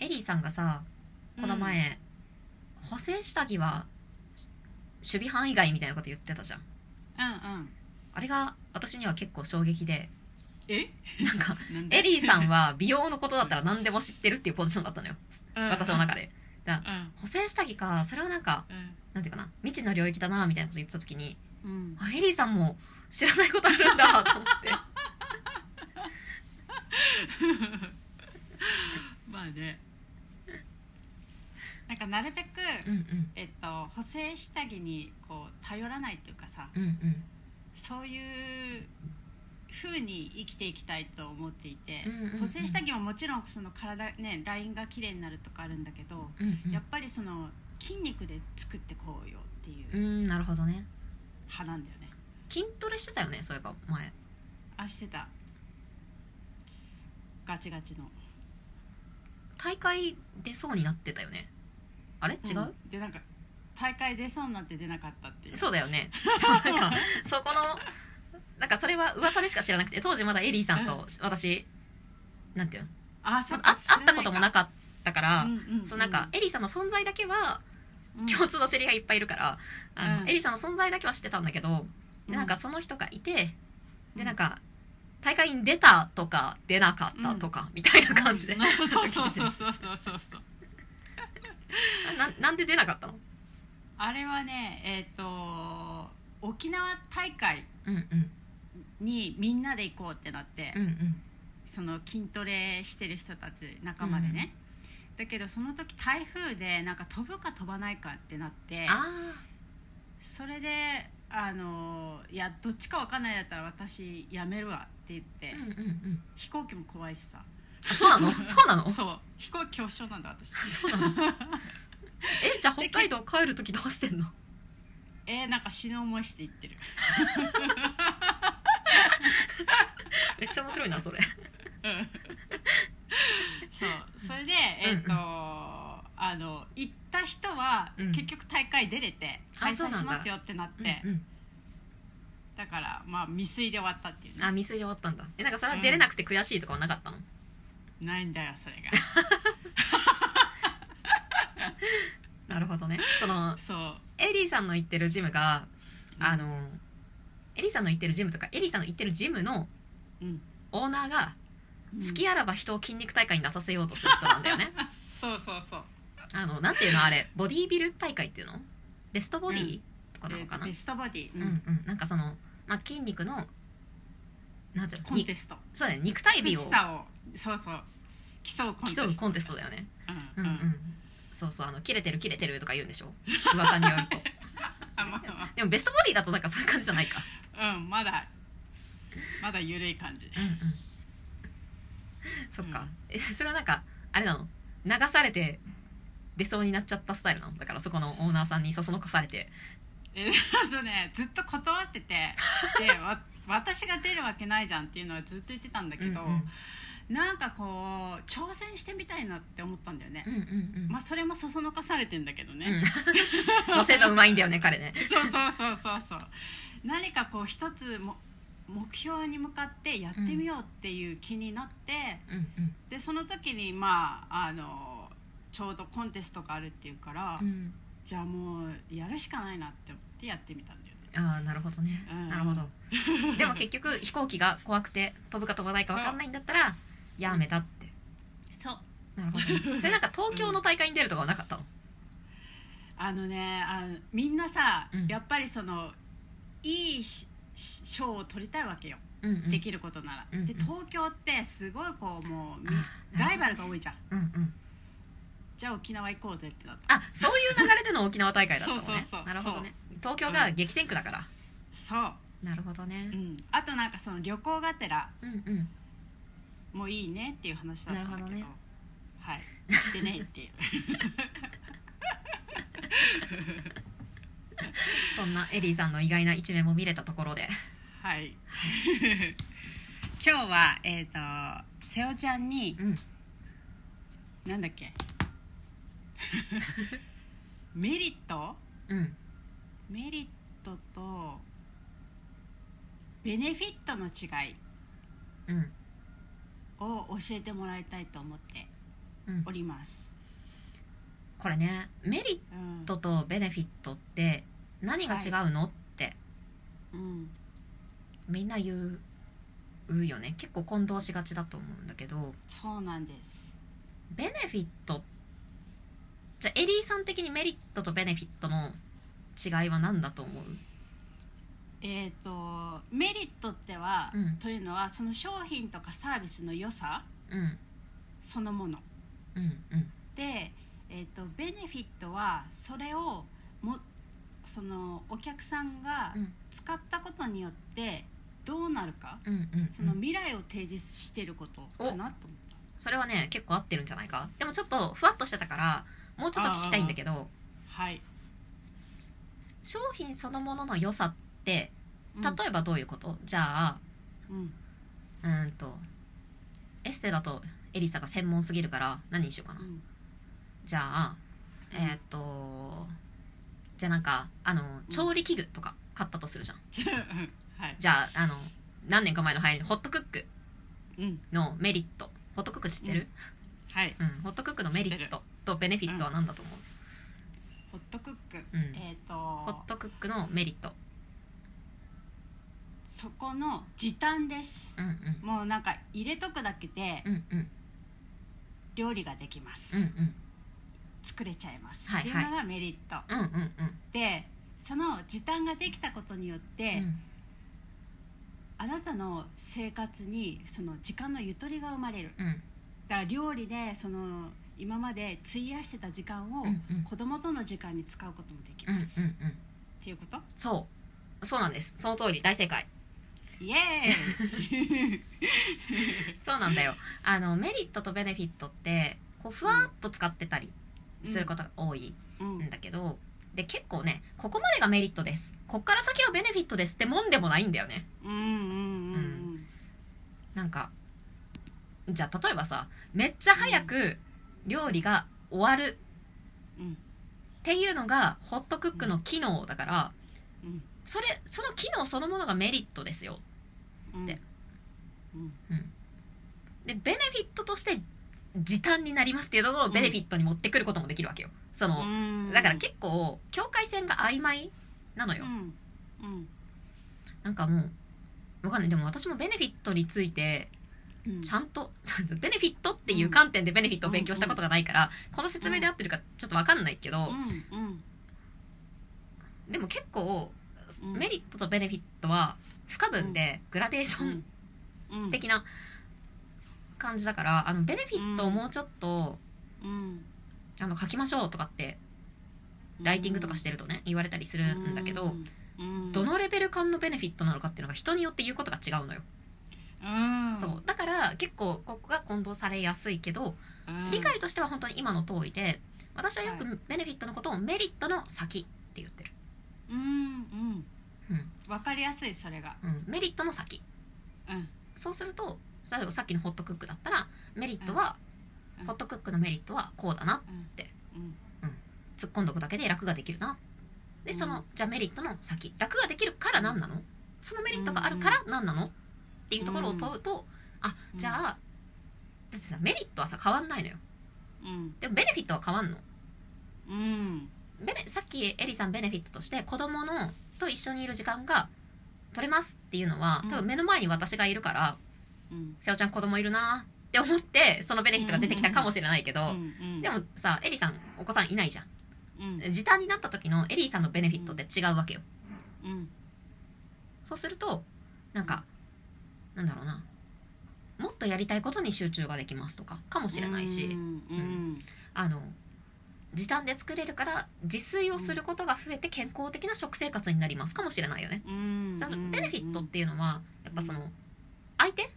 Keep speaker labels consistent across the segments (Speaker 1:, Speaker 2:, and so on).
Speaker 1: リさんがさこの前、補正下着はし守備範囲外みたいなこと言ってたじゃん
Speaker 2: うんうん
Speaker 1: あれが私には結構衝撃で
Speaker 2: え
Speaker 1: なんか
Speaker 2: なんで
Speaker 1: エリーさん は美容のことだったら何でも知ってるっていうポジションだったのよ
Speaker 2: うん
Speaker 1: 私の中で
Speaker 2: うん
Speaker 1: 補正下着かそれはなんかなんていうかな未知の領域だなみたいなこと言ってた時に
Speaker 2: うん
Speaker 1: あエリーさんも知らないことあるんだと思って
Speaker 2: まあねなんかなるべく、
Speaker 1: うんうん
Speaker 2: えっと、補正下着にこう頼らないっていうかさ
Speaker 1: うんうん
Speaker 2: そういう風に生きていきたいと思っていて、
Speaker 1: うんうんうん
Speaker 2: 補正下着ももちろんその体ねラインが綺麗になるとかあるんだけど、
Speaker 1: うんうん
Speaker 2: やっぱりその筋肉で作ってこうよっていううん
Speaker 1: なるほどね
Speaker 2: 派なんだよね、
Speaker 1: 筋トレしてたよねそういえば前
Speaker 2: あしてたガチガチの
Speaker 1: 大会出そうになってたよねあれ違う、
Speaker 2: んでなんか大会出そうになって出なかったっていう
Speaker 1: そうだよねそう なんかそこのなんかそれは噂でしか知らなくて当時まだエリーさんと私なんていうの
Speaker 2: あそっ
Speaker 1: あ
Speaker 2: か
Speaker 1: 会ったこともなかったから、
Speaker 2: うんうんうん
Speaker 1: そうなんかエリーさんの存在だけは
Speaker 2: うん
Speaker 1: 共通の知り合いいっぱいいるから、あの
Speaker 2: うん
Speaker 1: エリーさんの存在だけは知ってたんだけど、でなんかその人がいてでなんか大会に出たとか出なかったとか、みたいな感じで、
Speaker 2: うん そうそうそうそうそうそうそう
Speaker 1: ななんで出なかったの
Speaker 2: あれはねえっ、と沖縄大会
Speaker 1: うんうん
Speaker 2: にみんなで行こうってなって、
Speaker 1: うんうん
Speaker 2: その筋トレしてる人たち仲間でね、だけどその時台風でなんか飛ぶか飛ばないかってなって
Speaker 1: あ
Speaker 2: それであのいやどっちかわかんないだったら私やめるわって言って、
Speaker 1: あうんうんうん
Speaker 2: 飛行機も怖いしさ
Speaker 1: あそうな のそうなの
Speaker 2: そう飛行機恐怖症なんだ私
Speaker 1: そうなの えじゃあ北海道帰る時どうしてんの
Speaker 2: えー、なんか死ぬ思いして行ってる
Speaker 1: めっちゃ面白いなそれ
Speaker 2: うんそうそれでえっ、と、
Speaker 1: うんう
Speaker 2: あの行った人は、
Speaker 1: うん
Speaker 2: 結局大会出れて
Speaker 1: あ
Speaker 2: 開
Speaker 1: そうなん
Speaker 2: 催
Speaker 1: だ
Speaker 2: しますよってなってだ,、
Speaker 1: うんうん
Speaker 2: からまあ未遂で終わったっていうね
Speaker 1: あ未遂で終わったんだえなんかそれは出れなくて悔しいとかはなかったの、
Speaker 2: ないんだよそれ
Speaker 1: なるほどねその
Speaker 2: がそう
Speaker 1: エリーさんの行ってるジムが
Speaker 2: うん
Speaker 1: あのエリーさんの行ってるジムとかエリーさんの行ってるジムの
Speaker 2: うん
Speaker 1: オーナーが好きあらば人を筋肉大会に出させようとする人なんだよ ね
Speaker 2: そうそうそう
Speaker 1: あのなんていうのあれボディービル大会っていうのベストボディとかなのかな、
Speaker 2: ベストボディ、
Speaker 1: う
Speaker 2: う
Speaker 1: んうん、なんかその、まあ、筋肉のなんていう
Speaker 2: コ
Speaker 1: の
Speaker 2: ン
Speaker 1: に
Speaker 2: テスト
Speaker 1: そうだ、ね、肉体美
Speaker 2: 美
Speaker 1: を
Speaker 2: しさをそうそう競うコンテス
Speaker 1: 競
Speaker 2: ト
Speaker 1: うコンテストだよね、う
Speaker 2: うんん
Speaker 1: う
Speaker 2: うんん、
Speaker 1: そうそうあの切れてる切れてるとか言うんでしょ噂によると
Speaker 2: あまあ
Speaker 1: でもベストボディだとなんかそういう感じじゃないか、
Speaker 2: まあうんまだまだ緩い 感じ
Speaker 1: うんうん、そっか、
Speaker 2: うん
Speaker 1: えそれはなんかあれなの流されて出そうになっちゃったスタイルなのだからそこのオーナーさんにそそのかされて
Speaker 2: えあとねずっと断っててでわ 私が出るわけないじゃんっていうのはずっと言ってたんだけど、
Speaker 1: うんうん
Speaker 2: なんかこう挑戦してみたいなって思ったんだよね、
Speaker 1: うんうん
Speaker 2: まあそれもそそのかされてんだけど
Speaker 1: うん
Speaker 2: ね、
Speaker 1: 乗せるのうまいんだよね彼ね
Speaker 2: そうそうそうそうそう何かこう一つも目標に向かってやってみようっていう気になって、
Speaker 1: うんうん
Speaker 2: でその時にまああのちょうどコンテストがあるっていうから、
Speaker 1: うん
Speaker 2: じゃあもうやるしかないなって思ってやってみたんだよね
Speaker 1: ああなるほどね、
Speaker 2: うん
Speaker 1: なるほどでも結局飛行機が怖くて飛ぶか飛ばないか分かんないんだったらやめたって
Speaker 2: そう
Speaker 1: なるほ どねそれなんか東京の大会に出るとかはなかったの、
Speaker 2: あのねあのみんなさ、
Speaker 1: うん
Speaker 2: やっぱりそのいいしし賞を取りたいわけよ、
Speaker 1: うんうん、
Speaker 2: できることなら、
Speaker 1: うんうん
Speaker 2: で東京ってすごいこうもうみ
Speaker 1: あ
Speaker 2: ライバルが多いじゃん
Speaker 1: うんうん
Speaker 2: じゃあ沖縄行こうぜってなった
Speaker 1: あそういう流れでの沖縄大会だったのね
Speaker 2: そうそうそう
Speaker 1: なるほどね東京が激戦区だから、
Speaker 2: そ
Speaker 1: なるほどね
Speaker 2: う、うん、あとなんかその旅行がてら
Speaker 1: うんうん
Speaker 2: もういいねっていう話だったんだけど
Speaker 1: なるほどね
Speaker 2: はい行ってねっていう
Speaker 1: そんなエリーさんの意外な一面も見れたところで
Speaker 2: はい 今日はえっ、と瀬尾ちゃんに
Speaker 1: うん
Speaker 2: なんだっけ メリット
Speaker 1: うん
Speaker 2: メリットとベネフィットの違い
Speaker 1: うん
Speaker 2: を教えてもらいたいと思って
Speaker 1: うん
Speaker 2: おります。
Speaker 1: これねメリ
Speaker 2: うん
Speaker 1: ットとベネフィットって何が違うの、って
Speaker 2: うん
Speaker 1: みんな言う言うよね結構混同しがちだと思うんだけど
Speaker 2: そうなんです。
Speaker 1: ベネフィットじゃあエリーさん的にメリットとベネフィットの違いは何だと思う
Speaker 2: えっ、とメリットっては、
Speaker 1: うん
Speaker 2: というのはその商品とかサービスの良さ
Speaker 1: うん
Speaker 2: そのもの
Speaker 1: うんうん
Speaker 2: で、えー、とベネフィットはそれをもそのお客さんが
Speaker 1: うん
Speaker 2: 使ったことによってどうなるか、
Speaker 1: うんうん
Speaker 2: その未来を提示してることかなと思った。
Speaker 1: それはね結構合ってるんじゃないかでもちょっとふわっとしてたからもうちょっと聞きたいんだけど
Speaker 2: はい。
Speaker 1: 商品そのものの良さって
Speaker 2: うん
Speaker 1: 例えばどういうこと、じゃあ
Speaker 2: うん
Speaker 1: うーんとエステだとエリサが専門すぎるから何にしようかな、
Speaker 2: うん
Speaker 1: じゃあえーっ、とじゃあなんかあの調理器具とか買ったとするじゃん
Speaker 2: はい。
Speaker 1: じゃああの何年か前の流行りのホットクック
Speaker 2: うん。
Speaker 1: のメリットホットクック知ってる、
Speaker 2: はい。
Speaker 1: うんホットクックのメリ
Speaker 2: 知っ
Speaker 1: ッ
Speaker 2: て
Speaker 1: トとベネフィットは何だと思う、
Speaker 2: ホットクック。
Speaker 1: うん
Speaker 2: えっ、と
Speaker 1: ホットクックのメリット
Speaker 2: そこの時短です。
Speaker 1: うんうん
Speaker 2: もうなんか入れとくだけで
Speaker 1: うんうん
Speaker 2: 料理ができます。
Speaker 1: うんうん
Speaker 2: 作れちゃいます。
Speaker 1: はいはい
Speaker 2: っていうのがメリット。
Speaker 1: うんうんうん
Speaker 2: で、その時短ができたことによって、
Speaker 1: うん
Speaker 2: あなたの生活にその時間のゆとりが生まれる。
Speaker 1: うん
Speaker 2: だから料理でその今まで費やしてた時間を
Speaker 1: うんうん
Speaker 2: 子供との時間に使うこともでき
Speaker 1: うんうん
Speaker 2: ます。
Speaker 1: う
Speaker 2: っ
Speaker 1: ん
Speaker 2: ていうこと？
Speaker 1: そうそうなんですその通り大正解
Speaker 2: イエーイ。
Speaker 1: そうなんだよあのメリットとベネフィットってこうふわっと使ってたりすることが多い
Speaker 2: うん
Speaker 1: んだけど、で結構ねここまでがメリットですこっから先はベネフィットですってもんでもないんだよね
Speaker 2: うんうんうん
Speaker 1: なんかじゃあ例えばさめっちゃ早く料理が終わる
Speaker 2: うんうん
Speaker 1: っていうのがホットクックの機能だから
Speaker 2: うん
Speaker 1: それその機能そのものがメリットですよ
Speaker 2: うん
Speaker 1: で
Speaker 2: うん
Speaker 1: でベネフィットとして時短になりますっていうところをベネフィットに持ってくることもできるわけよその、
Speaker 2: うん
Speaker 1: だから結構境界線が曖昧なのよ、
Speaker 2: うんうん
Speaker 1: なんかもうわかんないでも私もベネフィットについて
Speaker 2: うん
Speaker 1: ちゃんと、 ベネフィットっていう観点でベネフィットを勉強したことがないから、この説明で合ってるかちょっとわかんないけど、
Speaker 2: うんうん
Speaker 1: でも結構
Speaker 2: うん
Speaker 1: メリットとベネフィットは不可分でグラデーション
Speaker 2: うん
Speaker 1: 的な感じだからあのベネフィットをもうちょっと、
Speaker 2: うん
Speaker 1: あの書きましょうとかってライティングとかしてるとね、言われたりするんだけど、
Speaker 2: うん
Speaker 1: どのレベル感のベネフィットなのかっていうのが人によって言うことが違うのよ、
Speaker 2: うん
Speaker 1: そうだから結構ここが混同されやすいけど、
Speaker 2: うん
Speaker 1: 理解としては本当に今の通りで私はよ
Speaker 2: は
Speaker 1: くベネフィットのことをメリットの先って言ってる、
Speaker 2: うんうん
Speaker 1: うん
Speaker 2: わかりやすいそれが
Speaker 1: うん、メリットの先
Speaker 2: うん
Speaker 1: そうすると例えばさっきのホットクックだったらメリットは、
Speaker 2: うん
Speaker 1: ホットクックのメリットはこうだな
Speaker 2: うん
Speaker 1: て
Speaker 2: うん
Speaker 1: 突っ込んどくだけで楽ができるなでその、
Speaker 2: うん
Speaker 1: じゃあメリットの先楽ができるから何なのそのメリットがあるから何なのっていうところを問うと、あ
Speaker 2: うん
Speaker 1: じゃあだってさメリットはさ変わんないのよ
Speaker 2: うん
Speaker 1: でもベネフィットは変わんの
Speaker 2: うん
Speaker 1: ベネさっきエリさんベネフィットとして子供のと一緒にいる時間が取れますっていうのは
Speaker 2: うん
Speaker 1: 多分目の前に私がいるから、
Speaker 2: うん
Speaker 1: 瀬尾ちゃん子供いるなって思ってそのベネフィットが出てきたかもしれないけど、
Speaker 2: うん
Speaker 1: でもさエリさんお子さんいないじゃん
Speaker 2: うん
Speaker 1: 時短になった時のエリーさんのベネフィットって違うわけよ
Speaker 2: うん
Speaker 1: そうするとなんかなんだろうなもっとやりたいことに集中ができますとかかもしれないし、
Speaker 2: うんうん
Speaker 1: あの時短で作れるから自炊をすることが増えて健康的な食生活になりますかもしれないよね。
Speaker 2: うん
Speaker 1: その
Speaker 2: うん
Speaker 1: ベネフィットっていうのはやっぱその相手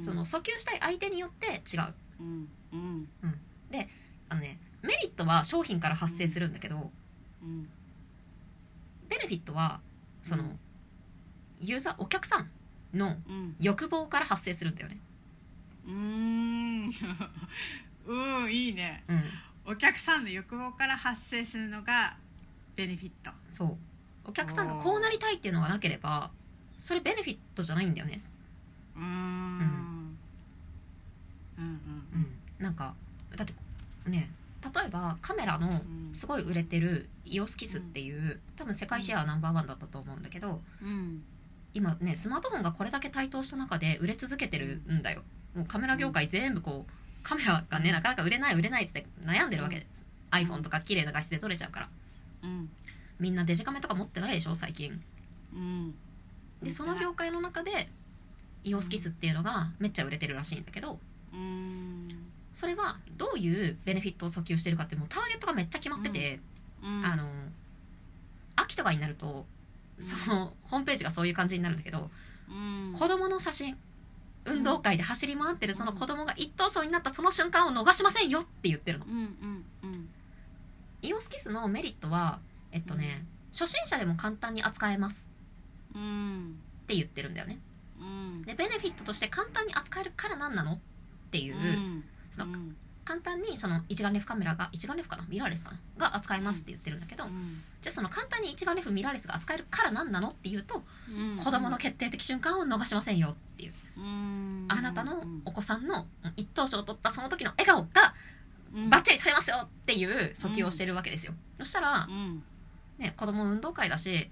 Speaker 1: その訴求したい相手によって違う。
Speaker 2: うんうん
Speaker 1: あのねメリットは商品から発生するんだけど
Speaker 2: うん
Speaker 1: ベネフィットはその
Speaker 2: うん
Speaker 1: ユーザーお客さんの
Speaker 2: うん
Speaker 1: 欲望から発生するんだよね。
Speaker 2: うーんうんいいね
Speaker 1: うん、
Speaker 2: お客さんの欲望から発生するのがベネフィット
Speaker 1: そうお客さんがこうなりたいっていうのがなければそれベネフィットじゃないんだよね、
Speaker 2: うーんうんうん
Speaker 1: なんかだってね例えばカメラの
Speaker 2: うん
Speaker 1: すごい売れてるイオスキスっていう多分世界シェアナンバーワンだったと思うんだけど
Speaker 2: うん
Speaker 1: 今ねスマートフォンがこれだけ台頭した中で売れ続けてるんだよもうカメラ業界全部こうカメラがねなかなか売れない売れないっつって悩んでるわけです、iPhone とか綺麗な画質で撮れちゃうから
Speaker 2: うん
Speaker 1: みんなデジカメとか持ってないでしょ最近
Speaker 2: うん
Speaker 1: でその業界の中でイオスキスっていうのがめっちゃ売れてるらしいんだけど
Speaker 2: うん
Speaker 1: それはどういうベネフィットを訴求してるかってもうターゲットがめっちゃ決まってて、
Speaker 2: うん
Speaker 1: あの秋とかになるとそのホームページがそういう感じになるんだけど、
Speaker 2: うん
Speaker 1: 子供の写真運動会で走り回ってるその子供が一等賞になったその瞬間を逃しませんよって言ってるの
Speaker 2: うんうんうん
Speaker 1: イオスキスのメリットはえっとね、初心者でも簡単に扱えます
Speaker 2: うん
Speaker 1: って言ってるんだよね
Speaker 2: うん
Speaker 1: でベネフィットとして簡単に扱えるから何なのっていう、
Speaker 2: うん
Speaker 1: その
Speaker 2: うん
Speaker 1: 簡単にその一眼レフカメラが一眼レフかなミラーレスかなが扱えますって言ってるんだけど、
Speaker 2: うん
Speaker 1: じゃあその簡単に一眼レフミラーレスが扱えるから何なのっていうと
Speaker 2: うん
Speaker 1: 子供の決定的瞬間を逃しませんよっていう
Speaker 2: うん
Speaker 1: あなたの
Speaker 2: うん
Speaker 1: お子さんの一等賞を取ったその時の笑顔が
Speaker 2: うん
Speaker 1: バッチリ取れますよっていう訴求をしてるわけですよ。そしたら
Speaker 2: う、ん
Speaker 1: ね、子供運動会だし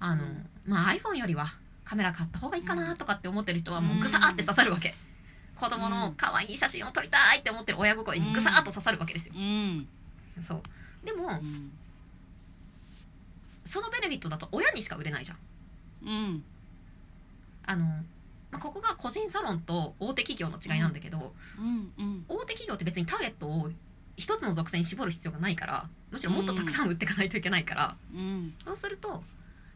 Speaker 1: あの
Speaker 2: うん、
Speaker 1: まあ、iPhone よりはカメラ買った方がいいかなとかって思ってる人はもううんグサーって刺さるわけ。子供の可愛い写真を撮りたいって思ってる親心にグサーっと刺さるわけですよ。
Speaker 2: うん
Speaker 1: そうでも
Speaker 2: うん
Speaker 1: そのベネフィットだと親にしか売れないじゃん。
Speaker 2: うん
Speaker 1: あのまあ、ここが個人サロンと大手企業の違いなんだけど、
Speaker 2: うんうん
Speaker 1: 大手企業って別にターゲットを一つの属性に絞る必要がないからむしろもっとたくさん売っていかないといけないから、
Speaker 2: うん
Speaker 1: そうすると,、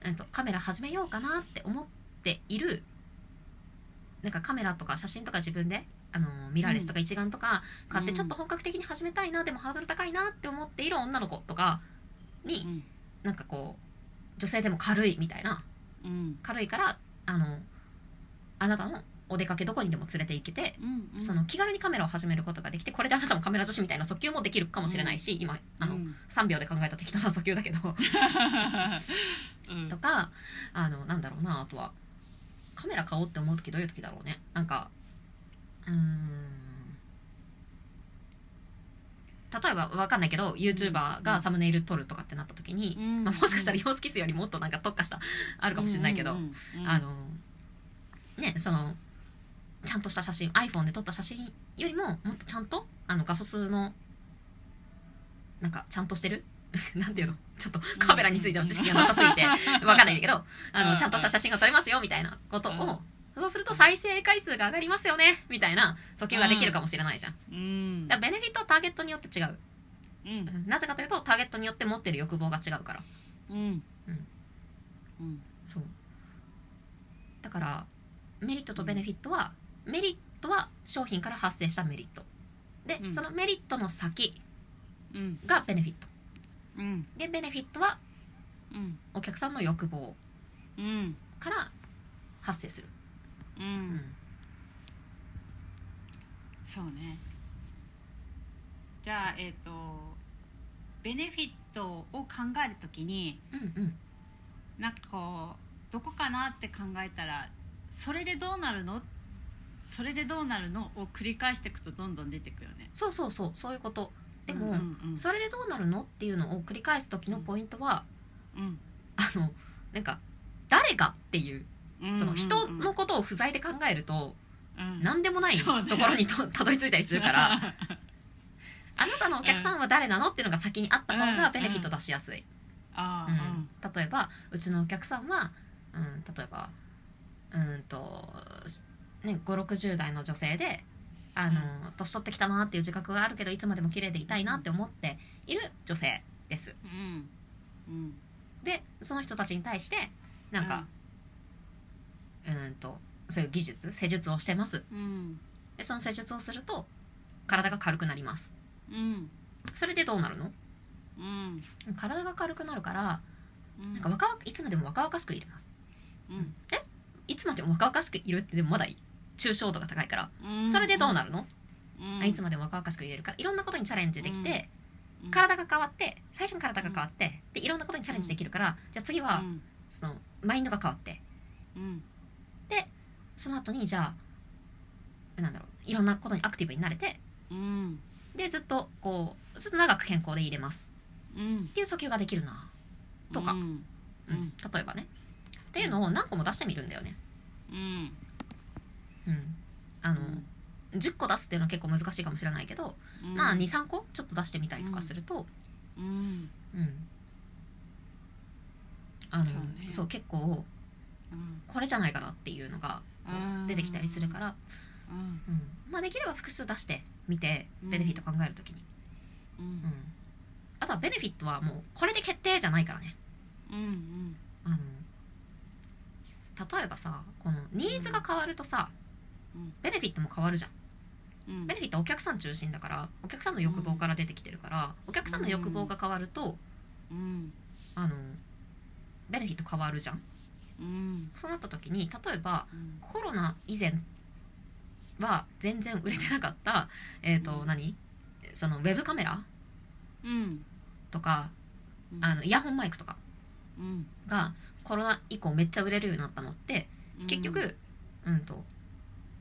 Speaker 1: えっとカメラ始めようかなって思っているなんかカメラとか写真とか自分であのミラーレスとか一眼とか買って
Speaker 2: うん
Speaker 1: ちょっと本格的に始めたいな、でもハードル高いなって思っている女の子とかに、
Speaker 2: うん
Speaker 1: なんかこう女性でも軽いみたいな
Speaker 2: うん
Speaker 1: 軽いからあのあなたのお出かけどこにでも連れて行けて
Speaker 2: うんうん
Speaker 1: その気軽にカメラを始めることができてこれであなたもカメラ女子みたいな訴求もできるかもしれないし、今あの、
Speaker 2: うん
Speaker 1: 3秒で考えた適当な訴求だけど
Speaker 2: うん
Speaker 1: とかあのなんだろうなあとはカメラ買おうって思う時どういう時だろうねなんかうーん例えばわかんないけど YouTuber がサムネイル撮るとかってなった時に、
Speaker 2: うん
Speaker 1: まあ、もしかしたら様子キスよりもっとなんか特化したあるかもしれないけど、
Speaker 2: うんうん
Speaker 1: あのねそのちゃんとした写真 iPhone で撮った写真よりももっとちゃんとあの画素数のなんかちゃんとしてる なんていうのちょっとカメラについての知識がなさすぎ て分かんないんだけどあ
Speaker 2: うんう
Speaker 1: の
Speaker 2: ん
Speaker 1: ちゃんとした写真が撮れますよみたいなことをそうすると再生回数が上がりますよねみたいな訴求ができるかもしれないじゃん
Speaker 2: うん
Speaker 1: だからベネフィットはターゲットによって違う
Speaker 2: うん
Speaker 1: なぜかというとターゲットによって持ってる欲望が違うから
Speaker 2: うん
Speaker 1: うん
Speaker 2: うん
Speaker 1: そうだからメリットとベネフィットはメリットは商品から発生したメリットで、
Speaker 2: うん
Speaker 1: そのメリットの先
Speaker 2: うん
Speaker 1: がベネフィット
Speaker 2: うん
Speaker 1: でベネフィットは
Speaker 2: うん
Speaker 1: お客さんの欲望
Speaker 2: うん
Speaker 1: から発生する、
Speaker 2: う
Speaker 1: うんん
Speaker 2: そうねじゃあえっ、とベネフィットを考えるときに
Speaker 1: うんうん
Speaker 2: なんかこうどこかなって考えたらそれでどうなるのそれでどうなるのを繰り返していくとどんどん出てくよね
Speaker 1: そうそうそうそういうことでも、
Speaker 2: うんうんうん
Speaker 1: それでどうなるのっていうのを繰り返す時のポイントは、
Speaker 2: うん
Speaker 1: あのなんか誰がっていう
Speaker 2: うん
Speaker 1: その人
Speaker 2: うん
Speaker 1: のことを不在で考えると
Speaker 2: うん
Speaker 1: 何でもないと
Speaker 2: そうね
Speaker 1: ころにとたどり着いたりする から、あなたのお客さんは誰なのっていうのが先にあった方
Speaker 2: う
Speaker 1: が
Speaker 2: ん
Speaker 1: ベネフィット出しやすい、
Speaker 2: あ
Speaker 1: う
Speaker 2: あ
Speaker 1: ん例えばうちのお客さんは、うん、例えばうんと、ね、560代の女性であの、年取ってきたなっていう自覚があるけどいつまでも綺麗でいたいなって思っている女性です
Speaker 2: うんうん
Speaker 1: でその人たちに対してなんか、うん、とそういう技術施術をしてます
Speaker 2: うん
Speaker 1: でその施術をすると体が軽くなります
Speaker 2: うん
Speaker 1: それでどうなるの
Speaker 2: うん
Speaker 1: 体が軽くなるから
Speaker 2: うん
Speaker 1: なんか若々いつまでも若々しくいれます
Speaker 2: うん
Speaker 1: いつまでも若々しくいるってでもまだ抽象度が高いから、
Speaker 2: うん
Speaker 1: それでどうなるの、
Speaker 2: うん
Speaker 1: あいつまでも若々しくいれるからいろんなことにチャレンジできて、
Speaker 2: うん
Speaker 1: 体が変わって最初に体が変わって、でいろんなことにチャレンジできるから、じゃあ次は、
Speaker 2: うん
Speaker 1: そのマインドが変わって
Speaker 2: うんそ
Speaker 1: その後にじゃあなんだろういろんなことにアクティブになれて
Speaker 2: うん
Speaker 1: でずっとこうずっと長く健康でいれます
Speaker 2: うん
Speaker 1: っていう訴求ができるな、とか
Speaker 2: うん
Speaker 1: うん
Speaker 2: うん
Speaker 1: 例えばねっていうのを何個も出してみるんだよね、
Speaker 2: うん
Speaker 1: うん、あの、10個出すっていうのは結構難しいかもしれないけど、
Speaker 2: うん
Speaker 1: まあ23個ちょっと出してみたりとかすると、
Speaker 2: うん
Speaker 1: うんあの
Speaker 2: そ
Speaker 1: そうう,、
Speaker 2: ね
Speaker 1: 結構
Speaker 2: うん
Speaker 1: これじゃないかなっていうのが
Speaker 2: うん
Speaker 1: 出てきたりするから、
Speaker 2: うん
Speaker 1: うんまあ、できれば複数出してみて
Speaker 2: うん
Speaker 1: ベネフィット考えるときに、
Speaker 2: う
Speaker 1: うん
Speaker 2: ん
Speaker 1: あとはベネフィットはもうこれで決定じゃないからね
Speaker 2: うん
Speaker 1: あの例えばさこのニーズが変わるとさ、
Speaker 2: うん
Speaker 1: ベネフィットも変わるじゃん
Speaker 2: うん
Speaker 1: ベネフィットはお客さん中心だからお客さんの欲望から出てきてるから、お客さんの欲望が変わると
Speaker 2: うん
Speaker 1: あのベネフィット変わるじゃん
Speaker 2: うん
Speaker 1: そうなった時に例えば
Speaker 2: うん
Speaker 1: コロナ以前は全然売れてなかったえっ、と、
Speaker 2: うん
Speaker 1: 何そのウェブカメラ
Speaker 2: うん
Speaker 1: とか
Speaker 2: うん
Speaker 1: あのイヤホンマイクとか
Speaker 2: うん
Speaker 1: がコロナ以降めっちゃ売れるようになったのって結局うんと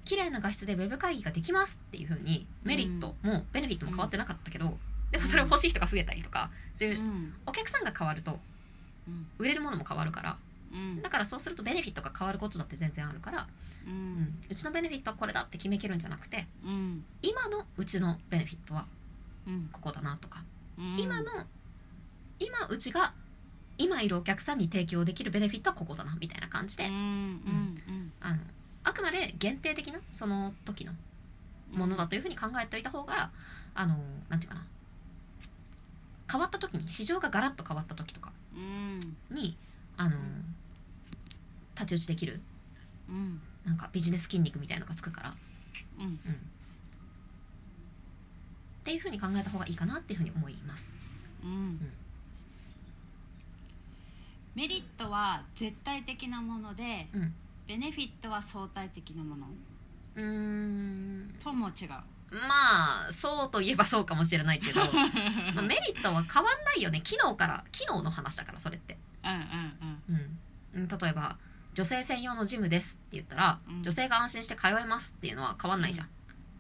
Speaker 1: 綺麗な画質でウェブ会議ができますっていう風にメリットもベネフィットも変わってなかったけど、でもそれを欲しい人が増えたりとかそう
Speaker 2: う
Speaker 1: いうんお客さんが変わると
Speaker 2: うん
Speaker 1: 売れるものも変わるから
Speaker 2: うん
Speaker 1: だからそうするとベネフィットが変わることだって全然あるから、
Speaker 2: う
Speaker 1: うんんうちのベネフィットはこれだって決めきるんじゃなくて
Speaker 2: うん
Speaker 1: 今のうちのベネフィットは
Speaker 2: うん
Speaker 1: ここだなとか、
Speaker 2: うん
Speaker 1: 今の今うちが今いるお客さんに提供できるベネフィットはここだなみたいな感じで、
Speaker 2: うんうんうん
Speaker 1: あのあくまで限定的なその時のものだというふうに考えておいた方があのなんていうかな変わった時に市場がガラッと変わった時とか
Speaker 2: うん
Speaker 1: にあの
Speaker 2: ん
Speaker 1: 太刀打ちできる
Speaker 2: うん
Speaker 1: なんかビジネス筋肉みたいのがつくから、
Speaker 2: うん
Speaker 1: うん、っていうふうに考えた方がいいかなっていうふうに思います。
Speaker 2: うんメリットは絶対的なもので、
Speaker 1: うん
Speaker 2: ベネフィットは相対的なもの
Speaker 1: うーん
Speaker 2: とも違う、
Speaker 1: まあそうといえばそうかもしれないけ ど、まあ、メリットは変わんないよね機能から機能の話だからそれって。
Speaker 2: うんうん
Speaker 1: うんうん、例えば女性専用のジムですって言ったら、
Speaker 2: うん
Speaker 1: 女性が安心して通えますっていうのは変わんないじゃん、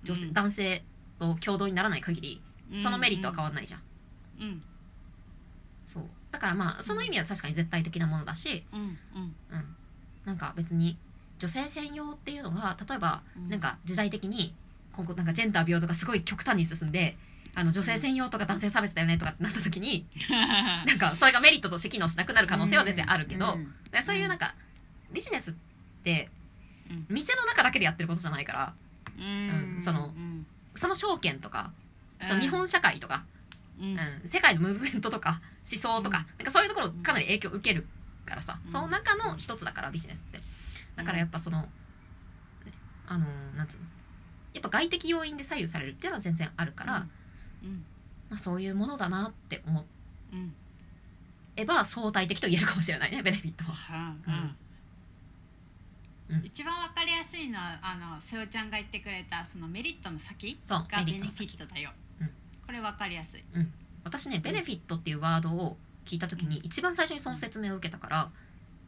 Speaker 1: 女性
Speaker 2: うん
Speaker 1: 男性と共同にならない限り
Speaker 2: うん
Speaker 1: そのメリットは変わんないじゃん、
Speaker 2: うん
Speaker 1: そうだからまあその意味は確かに絶対的なものだし、
Speaker 2: うんうん
Speaker 1: うん、なんか別に女性専用っていうのが例えば
Speaker 2: うん
Speaker 1: なんか時代的に今後なんかジェンダー平等がすごい極端に進んであの女性専用とか男性差別だよねとかってなった時になんかそれがメリットとして機能しなくなる可能性は全然あるけど、
Speaker 2: うん
Speaker 1: でそういうなんかビジネスって
Speaker 2: うん
Speaker 1: 店の中だけでやってることじゃないから
Speaker 2: うん
Speaker 1: うんその
Speaker 2: うん
Speaker 1: その証券とかその日本社会とか、
Speaker 2: うん
Speaker 1: うん世界のムーブメントとか思想とか,、なんかそういうところかなり影響を受けるからさ、
Speaker 2: うん
Speaker 1: その中の一つだからビジネスってだからやっぱその、あのなんつうのやっぱ外的要因で左右されるっていうのは全然あるから、ま
Speaker 2: うん
Speaker 1: あ、そういうものだなって思
Speaker 2: うんうん
Speaker 1: えば相対的と言えるかもしれない ねベネフィットは。
Speaker 2: は
Speaker 1: うん
Speaker 2: 一番わかりやすいのはあの瀬尾ちゃんが言ってくれたそのメリットの先
Speaker 1: そう
Speaker 2: が
Speaker 1: メ
Speaker 2: ベ
Speaker 1: リ
Speaker 2: ネ
Speaker 1: ッ
Speaker 2: フ
Speaker 1: ト
Speaker 2: ィ
Speaker 1: の先
Speaker 2: ットだよ、
Speaker 1: うん
Speaker 2: これわかりやすい
Speaker 1: 私ねベネフィットっていうワードを聞いた時に一番最初にその説明を受けたから、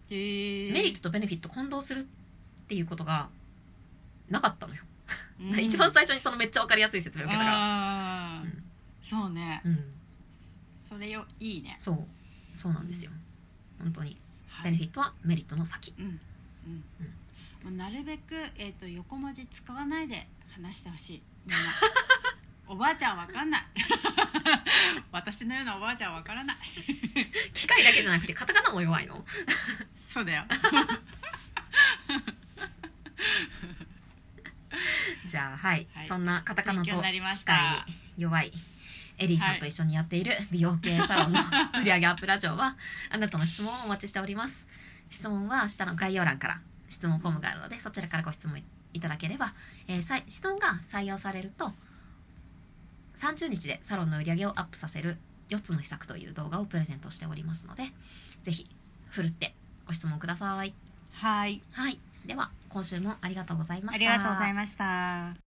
Speaker 1: メ
Speaker 2: メ
Speaker 1: リットとベネフィット混同するっていうことがなかったのよ、
Speaker 2: うん
Speaker 1: 一番最初にそのめっちゃ分かりやすい説明を受けたから
Speaker 2: あー
Speaker 1: うん
Speaker 2: そうね
Speaker 1: うん、
Speaker 2: それよいいね
Speaker 1: そうそうなんですよ、本当に
Speaker 2: は
Speaker 1: ベネ
Speaker 2: い
Speaker 1: フィットはメリットの先
Speaker 2: うんうんもうなるべく、えー、と横文字使わないで話してほしいみん なおばあちゃんわかんない私のようなおばあちゃんわからない
Speaker 1: 機械だけじゃなくてカタカナも弱いの
Speaker 2: そうだよ
Speaker 1: じゃあはい、
Speaker 2: はい
Speaker 1: そんなカタカナと
Speaker 2: 勉強になりま
Speaker 1: 機
Speaker 2: した
Speaker 1: 械に弱いエリーさんと一緒にやって いる美容系サロンの売上アップラジオはあなたの質問をお待ちしております質問は下の概要欄から質問フォームがあるのでそちらからご質問いただければ、えーさい質問が採用されると30日でサロンの売り上げをアップさせる4つの秘策という動画をプレゼントしておりますのでぜひふるってご質問ください
Speaker 2: はい
Speaker 1: はいでは今週もありがとうございま
Speaker 2: あ
Speaker 1: し
Speaker 2: り
Speaker 1: た
Speaker 2: がとうございました